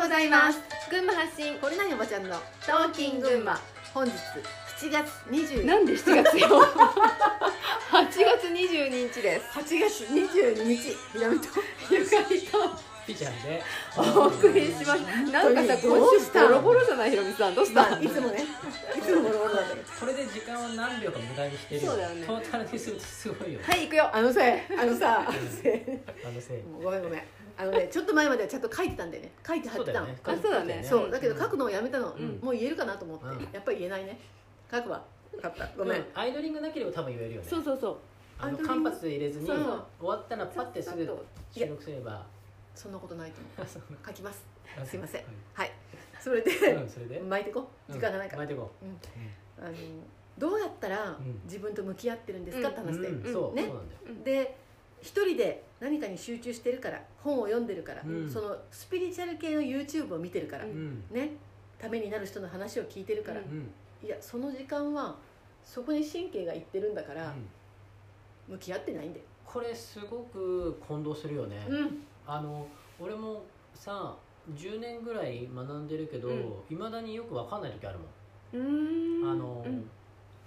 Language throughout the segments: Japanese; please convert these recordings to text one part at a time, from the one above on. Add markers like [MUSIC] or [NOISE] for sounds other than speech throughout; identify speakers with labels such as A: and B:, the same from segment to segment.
A: ございます
B: 群馬発信これないおばちゃんの
A: トーキン群馬
B: 本日7月20
A: なんで7月 [LAUGHS] よ8月22日です
B: 8月22日ひろみと
A: ゆかりと
C: ピーちゃんで
A: お送りしますなんかさ
B: どう
A: 今週
B: した
A: ボロボロじゃないひろみさんどうした、
B: まあいつもねいつもボロボロなんだけど
C: これで時間を何秒か無駄にしてる
A: そうだよね
C: トータルにするとすごいよね
A: はい行くよ
B: あのさあのさあのせ
C: あのせい
B: もうごめんごめんあの
A: [LAUGHS]
B: ねちょっと前まではちゃんと書いてたんだよね書いて貼ってたの
A: あそうだね
B: そうだけど書くのをやめたの、
C: ん
B: もう言えるかなと思って、
C: うん
B: やっぱり言えないね書くわ分かったご
C: ご
B: め
C: め
B: ん、
C: んアイドリングなければ多分言えるよね
A: そうそうそう
C: あ
B: ア
C: の
B: イドリング
C: 間髪で入れずに
B: そう
C: 終わったらパッてすぐ収録すれば
B: そんなことないと思
C: あそう
B: う書きます
C: あ
B: すいません
C: う
B: はいそれで、
C: うんそれで
B: 巻いてこ時間がないから、
C: うん巻いてこ
B: うん
C: う
B: あのどうやったら
C: うん
B: 自分と向き合ってるんですかって
C: うん
B: 話で、
C: うんそうそう
B: ね
C: なんだよ
A: うん
B: で一人で何かに集中してるから本を読んでるから、
C: うん
B: そのスピリチュアル系の YouTube を見てるから、
A: う
C: うんん
B: ねためになる人の話を聞いてるから、
A: う
C: うん
B: いやその時間はそこに神経がいってるんだから、
C: うん
B: 向き合ってないんだよ、
C: これすごく混同するよね
B: うん
C: あの俺もさ10年ぐらい学んでるけど
A: うん
C: いまだによくわかんない時あるもん
A: うーん
C: あの、
A: うん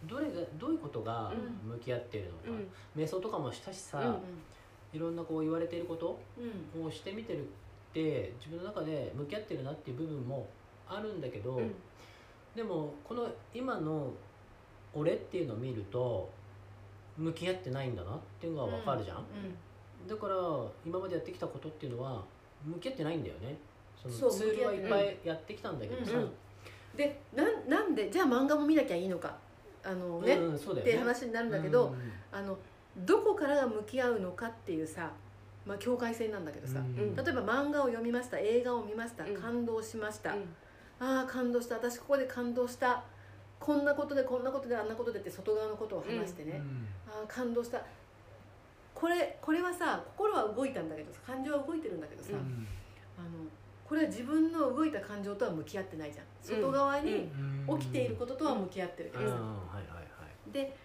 C: どれがどういうことが
B: う
C: 向き合っているのか
A: う、ん
C: 瞑想とかもしたしさ、
A: うん
C: いろんなこう言われていること
B: うん
C: をしてみてるって自分の中で向き合ってるなっていう部分もあるんだけど、
A: うん
C: でもこの今の俺っていうのを見ると向き合ってないんだなっていうのがわかるじゃん、だから今までやってきたことっていうのは向き合ってないんだよねそ
B: そ
C: の
B: う
C: ツールは
B: 向き合っ
C: いっ
B: て
C: ぱいやってきたんだけどさ、
B: うんうんでなんなんでじゃあ漫画も見なきゃいいのかあのね、
C: うんうんそうだ
B: っ
C: よね
B: て話になるんだけど、
C: うんうん
B: あのどこからが向き合うのかっていうさ、まあ、境界線なんだけどさ、
C: うん
B: 例えば漫画を読みました映画を見ました
A: うん
B: 感動しました、
A: うん
B: ああ感動した私ここで感動したこんなことでこんなことであんなことでって外側のことを話してね、
C: うん
B: ああ感動したこれこれはさ心は動いたんだけどさ感情は動いてるんだけどさ、
A: うん
B: あのこれは自分の動いた感情とは向き合ってないじゃん
A: うん
B: 外側
A: う
B: に
A: ん
C: うん
B: 起きていることとは向き合ってるけ
C: うん
B: ど
C: うん
B: さ、
C: はいはいはい
B: で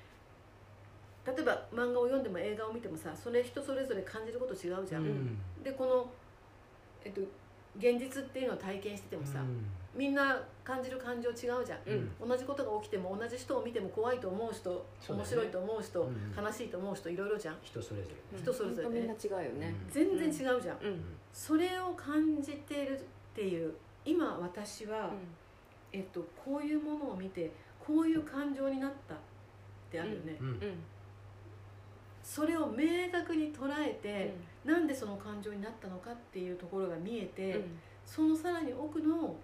B: 例えば漫画を読んでも映画を見てもさそれ人それぞれ感じること違うじゃん、
C: うん
B: でこの、えっと、現実っていうのを体験しててもさ、みんな感じる感情違うじゃん
C: うんうん
B: 同じことが起きても同じ人を見ても怖いと思う人
C: そうだ
B: 面
C: よね
B: 白いと思う人、
C: うん
B: 悲しいと思う人いろいろじゃん
C: 人それぞれね
B: 人それぞれ
A: ほんとみん
B: ね
A: な違うよね
B: 全然違うじゃん、
A: うん
B: それを感じてるっていう今私は、えっと、こういうものを見てこういう感情になったってあるよね、
C: うん
A: うんうん
B: それを明確に捉えて、なんでその感情になったのかっていうところが見えて、
A: うん
B: そのさらに奥のあの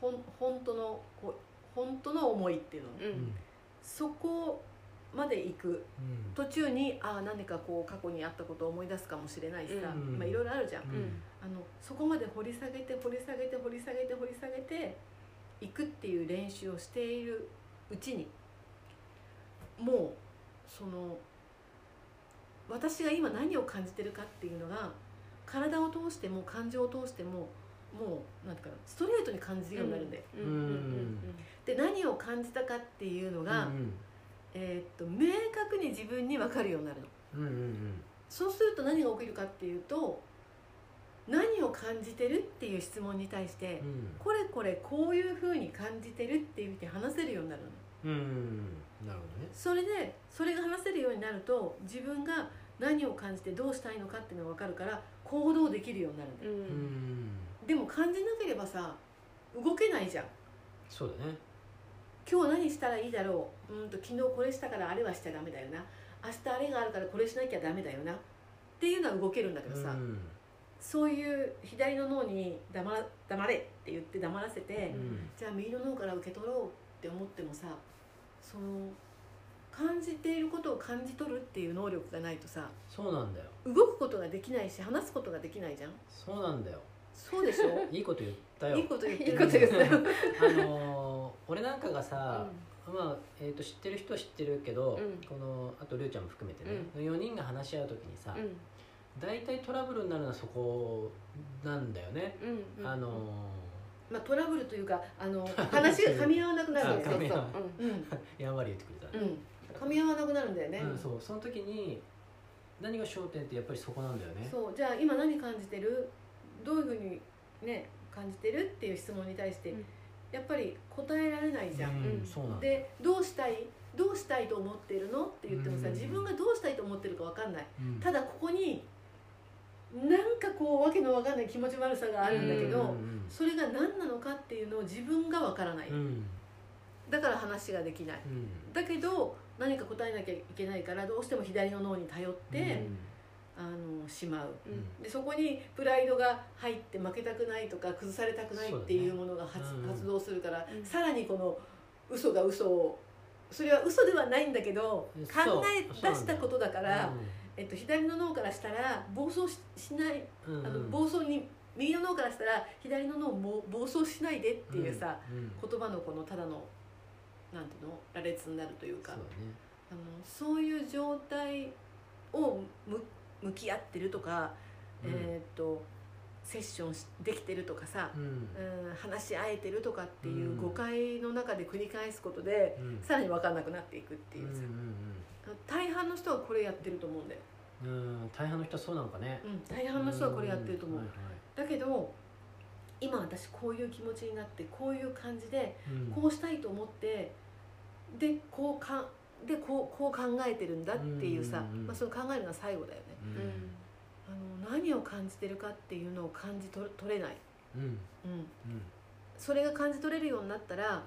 B: ほん本当のこう本当の思いっていうの、
A: うんうん
B: そこまで行く
C: うん
B: 途中にああ何かこう過去にあったことを思い出すかもしれないしさ、
C: うん
B: まあ、いろいろあるじゃん、
C: うん
A: うん
B: あのそこまで掘り下げて掘り下げて掘り下げて掘り下げていくっていう練習をしているうちにもうその私が今何を感じてるかっていうのが体を通しても感情を通してももうなんていうかなストレートに感じるようになるんだよ、
A: うんうんうん
B: で何を感じたかっていうのが、えーっと明確に自分に分かるようになるの
C: うんうんうん
B: そうすると何が起きるかっていうと何を感じてるっていう質問に対して、
C: うん
B: これこれこういうふうに感じてるって言って話せるようになるの
C: うんうんなるほどね
B: それでそれが話せるようになると自分が何を感じてどうしたいのかっていうのが分かるから行動できるようになるんだ
A: う
B: よ、
C: うんん
B: でも感じなければさ動けないじゃん
C: そうだね
B: 今日何したらいいだろううんと昨日これしたからあれはしちゃダメだよな明日あれがあるからこれしなきゃダメだよなっていうのは動けるんだけどさ、
C: うん
B: そういう左の脳に黙ら黙れって言って黙らせて、
C: うん
B: じゃあ右の脳から受け取ろうって思ってもさその感じていることを感じ取るっていう能力がないとさ
C: そうなんだよ
B: 動くことができないし話すことができないじゃん
C: そうなんだよ
B: そうでしょ
A: [LAUGHS]
C: いいこと言ったよ
B: いいこと言ってる
A: いいこと言ったよ
C: あのー俺なんかがさまあえーと知ってる人は知ってるけど
A: うん
C: このあとりゅうちゃんも含めてね4人が話し合うときにさ
A: うん
C: 大体トラブルになるのはそこなんだよね
A: うんうん
C: あの
B: [LAUGHS] まあトラブルというかあの
A: [LAUGHS]
B: 話が噛み合わなくなるんだ
A: そ
B: よ
A: う
C: あ
B: ね
A: そううん
B: うん
C: ーやんわり言ってくれたね
B: うん噛み合わなくなるんだよね、
C: うん、そうその時に何が焦点ってやっぱりそこなんだよね
B: そうじゃあ今何感じてるどういうふうにね感じてるっていう質問に対して、
A: うん
B: やっぱり答えられないじゃん。
C: うん
A: うん
C: そうなんだ
B: でどうしたいどうしたいと思ってるのって言ってもさ、
C: うん
B: 自分がどうしたいと思ってるかわかんない。
C: うん
B: ただここになんかこうわけのわかんない気持ち悪さがあるんだけど、
C: うんうん
B: それが何なのかっていうのを自分がわからない、
C: うんうん
B: だから話ができない
C: うん
B: だけど何か答えなきゃいけないからどうしても左の脳に頼って、あのしまう
C: うん
B: でそこにプライドが入って負けたくないとか崩されたくないっていうものが発,、
C: そうだねうん
B: 発動するから、
A: うん
B: さらにこの嘘が嘘をそれは嘘ではないんだけど
C: そう
B: 考え出したことだから、えっと、左の脳からしたら暴走ししない
C: うんうん
B: あの暴走に右の脳からしたら左の脳も暴走しないでっていうさ、
C: うんうん
B: 言葉のこのただのなんていうの羅列になるというか
C: そうだね
B: あのそういう状態をむ向き合ってるとか、
C: うん
B: えーっとセッションしできてるとかさ、
C: うん
B: うん、話し合えてるとかっていううん誤解の中で繰り返すことで、
C: うん
B: さらに分かんなくなっていくっていうさ
C: うん、
B: 大半の人はこれやってると思うんだよ、
C: うんうんうん大半の人はそうなのかね
B: うん、大半の人はこれやってると思う、
C: んはいはい
B: だけど今私こういう気持ちになってこういう感じで
C: うん
B: こうしたいと思ってでこうかでこうこう考えてるんだっていうさ、
C: うんうんうん
B: まあ、その考えるのは最後だよね
C: う
B: あ
C: ん
B: の何を感じてるかっていうのを感じ取取れない、
C: うん
B: うん、
C: うん
B: それが感じ取れるようになったら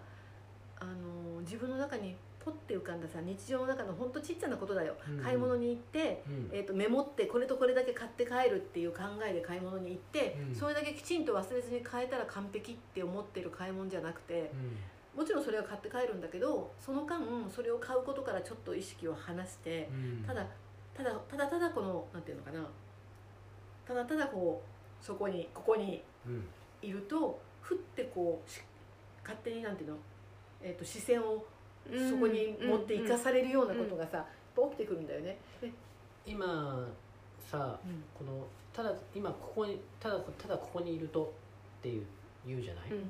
B: あの自分の中にポッて浮かんださ日常の中のほんとちっちゃなことだよ、
C: うんうん
B: 買い物に行って
C: うん
B: えー、とメモってこれとこれだけ買って帰るっていう考えで買い物に行って、
C: うん
B: それだけきちんと忘れずに買えたら完璧って思ってる買い物じゃなくてもちろんそれは買って帰るんだけどその間それを買うことからちょっと意識を離して
C: うんうん
B: ただただただただこのなんていうのかなただただこうそこにここに
C: うん
B: いるとふってこうし勝手になんていうの、えー、と視線をそこに持って生かされるようなことがさ、やっぱ起きてくるんだよね。
C: 今さ
B: うん
C: このただ今ここにただただここにいるとっていう言うじゃない、
A: うん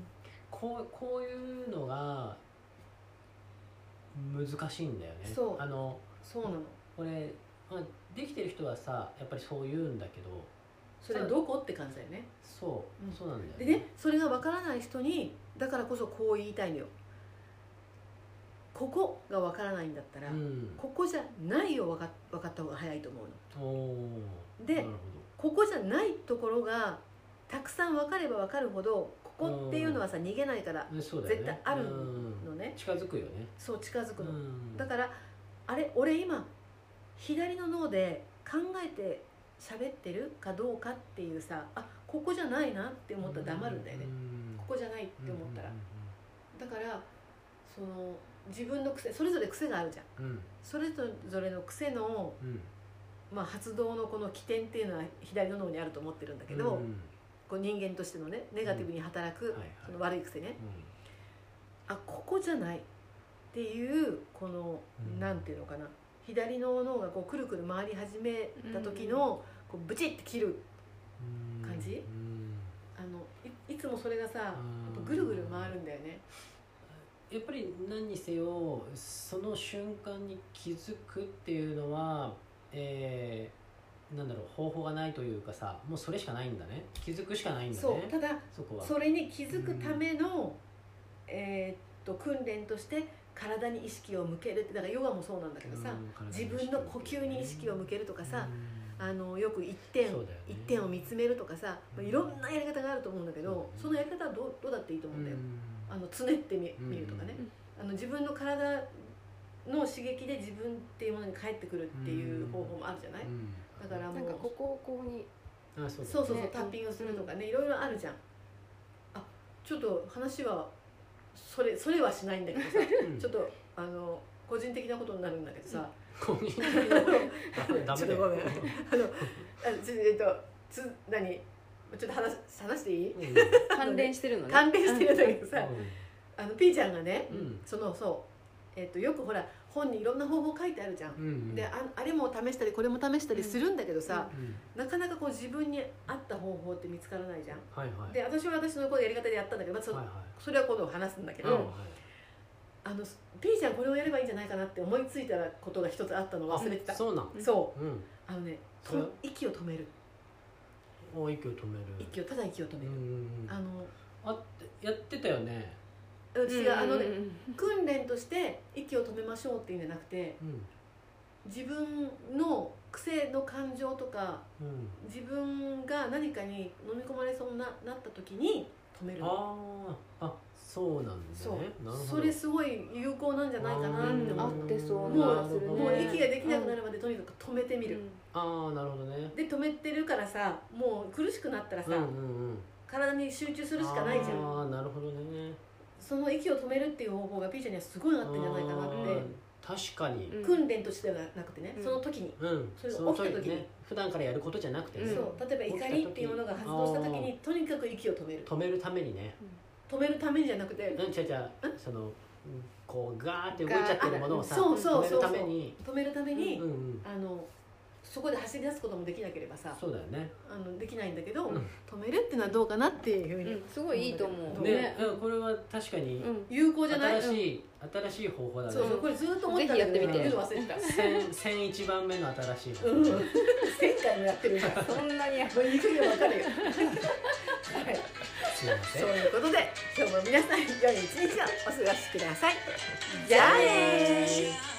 C: こうこういうのが難しいんだよね
B: そう
C: あの
B: そうなの
C: これ、まあ、できてる人はさやっぱりそう言うんだけど
B: それどこって感じだよね
C: そう、
B: うん
C: そうなんだ
B: で
C: よね
B: ねそれがわからない人にだからこそこう言いたいのよここがわからないんだったら、
C: うん
B: ここじゃないを分か分かった方が早いと思うの
C: おー
B: で
C: なるほど
B: ここじゃないところがたくさん分かれば分かるほどここっていうのはさ逃げないから
C: ねそうだよ
B: 絶
C: ね
B: 対ある
C: うん
B: のね
C: 近づくよね、
B: そう近づくの、
C: ん
B: だからあれ俺今左の脳で考えて喋ってるかどうかっていうさあここじゃないなって思ったら黙るんだよね、
C: うん
B: ここじゃないって思ったら、
C: う
B: だからその自分の癖それぞれ癖があるじゃん
C: んうん
B: それぞれの癖の、
C: うんうん
B: まあ、発動のこの起点っていうのは左の脳にあると思ってるんだけど、
C: うん
B: こう人間としてのねネガティブに働く、
C: はいはい
B: その悪い癖ねあここじゃないっていうこの、
C: うん
B: なんていうのかな左の脳がこうくるくる回り始めた時の、こうブチって切る
C: うん
B: 感じ
C: うん
B: あのいいつもそれがさやっ
C: うん
B: ぱぐるぐる回るんだよね。
C: やっぱり何にせよその瞬間に気づくっていうのは、えーなんだろう方法がないというかさもうそれしかないんだね気づくしかないんだね
B: そうただ
C: そこは
B: それに気づくための、えーっと訓練として体に意識を向けるってだからヨガもそうなんだけどさ、
C: うん
B: 自分の呼吸に意識を向けるとかさ、
C: うん
B: あのよく一点、
C: そうだよね
B: 一点を見つめるとかさ、
C: うん
B: いろんなやり方があると思うんだけど、
C: うん
B: そのやり方はどうどうだっていいと思うんだよ、あ
C: うん
B: のつねってみ
C: うん
B: 見るとかね
A: う
B: あ
A: ん、
B: の自分の体の刺激で自分っていうものに返ってくるっていう方法もあるじゃない、
C: うん
B: だから
A: な
B: もう
A: んかここをこうに
C: あそうだ
B: そうそうそう、
A: ね
B: タッピングするとかね、いろいろあるじゃんあちょっと話はそれそれはしないんだけどさ
C: うん
B: ちょっとあの個人的なことになるんだけどさ、
C: 呼
B: [LAUGHS]
C: 吸
B: あの
C: ダメダメ
B: ちょっとごめんあのあちょえっとつ何ちょっと話話していい
C: うん
A: 関連してるのね
B: 関連してるんだけどさ、
C: うん
B: あのピーちゃんがね、
C: うん
B: そのそう、えっとよくほら本にいろんな方法書いてあるじゃん、
C: うん
B: でああれも試したりこれも試したりするんだけどさ、
C: うん
B: なかなかこう自分に合った方法って見つからないじゃん
C: はいはい
B: で私は私のこうやり方でやったんだけど、まあそ
C: はいは
B: それは今度話すんだけ
C: い
B: ど、
C: うん
B: あの P ちゃんこれをやればいいんじゃないかなって思いついたことが一つあったの
C: はい
B: 忘れてた、
C: そうなん
A: うん
B: そう
C: うん
B: あのねと
C: それ
B: 息を止める
C: お息を止める
B: 息をただ息を止める、
C: うん
B: あの
C: あってやってたよね、
B: 私があの、ね
A: うん
B: 訓練として息を止めましょうっていうんじゃなくて
C: うん
B: 自分の癖の感情とか
C: うん、
B: 自分が何かに飲み込まれそうにななった時に止める
C: あーあそうなんだ
B: そう
C: ねなるほど
B: それすごい有効なんじゃないかなって
A: うん合
B: 思
A: っ
B: う
A: てそう
B: な
C: なるほど
B: もう
A: ね
B: 息ができなくなるまでとにかく止めてみる、
C: ああなるほどね
B: で止めてるからさもう苦しくなったらさ、
C: うんうんうん
B: 体に集中するしかないじゃん
C: ああなるほどね
B: その息を止めるっていう方法がピーちゃんにはすごい合ってんじゃないかなっ
C: あ
B: て
C: ー確かに
A: うん
B: 訓練としてではなくてね、
A: うん
B: その時に、
C: うん
B: それが
C: の
B: 起きた時に
C: ね普段からやることじゃなくてね、
A: うん
B: そう例えば怒りっていうものが発動した時にとにかく息を止める
C: 止めるためにね
B: 止めるためにじゃなくて
C: うんちゃちゃそのうんこうガーって動いちゃってるものをさ
B: そうそう
C: 止め
B: そうそ
C: るた
B: う
C: めに
B: 止めるために、
C: うんうん
B: あのそこで走り出すこともできなければさ
C: そうだよね
B: あのできないんだけど、
C: うん
B: 止めるってのはどうかなっていうふう
A: う
B: に、
A: んすごいいいと思う
B: ね
C: うん、これは確かに
A: うん
B: 有効じゃない
C: 新しい、新しい方法だね
B: そうそうこれずっと思ってたんだけど
A: ぜひやってみて
B: 言うの忘れてた
C: 千千一番目の新しい方法、
B: うん1000回もやってるからも
A: そんなにや
B: う言い過ぎも分かるよはい
C: すいません
B: そういうことで今日も皆さん良い一日をお過ごしくださいじゃあねー